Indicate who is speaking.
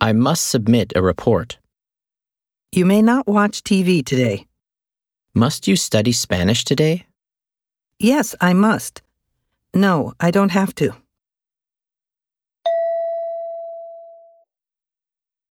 Speaker 1: I must submit a report.
Speaker 2: You may not watch TV today.
Speaker 1: Must you study Spanish today?
Speaker 2: Yes, I must. No, I don't have to.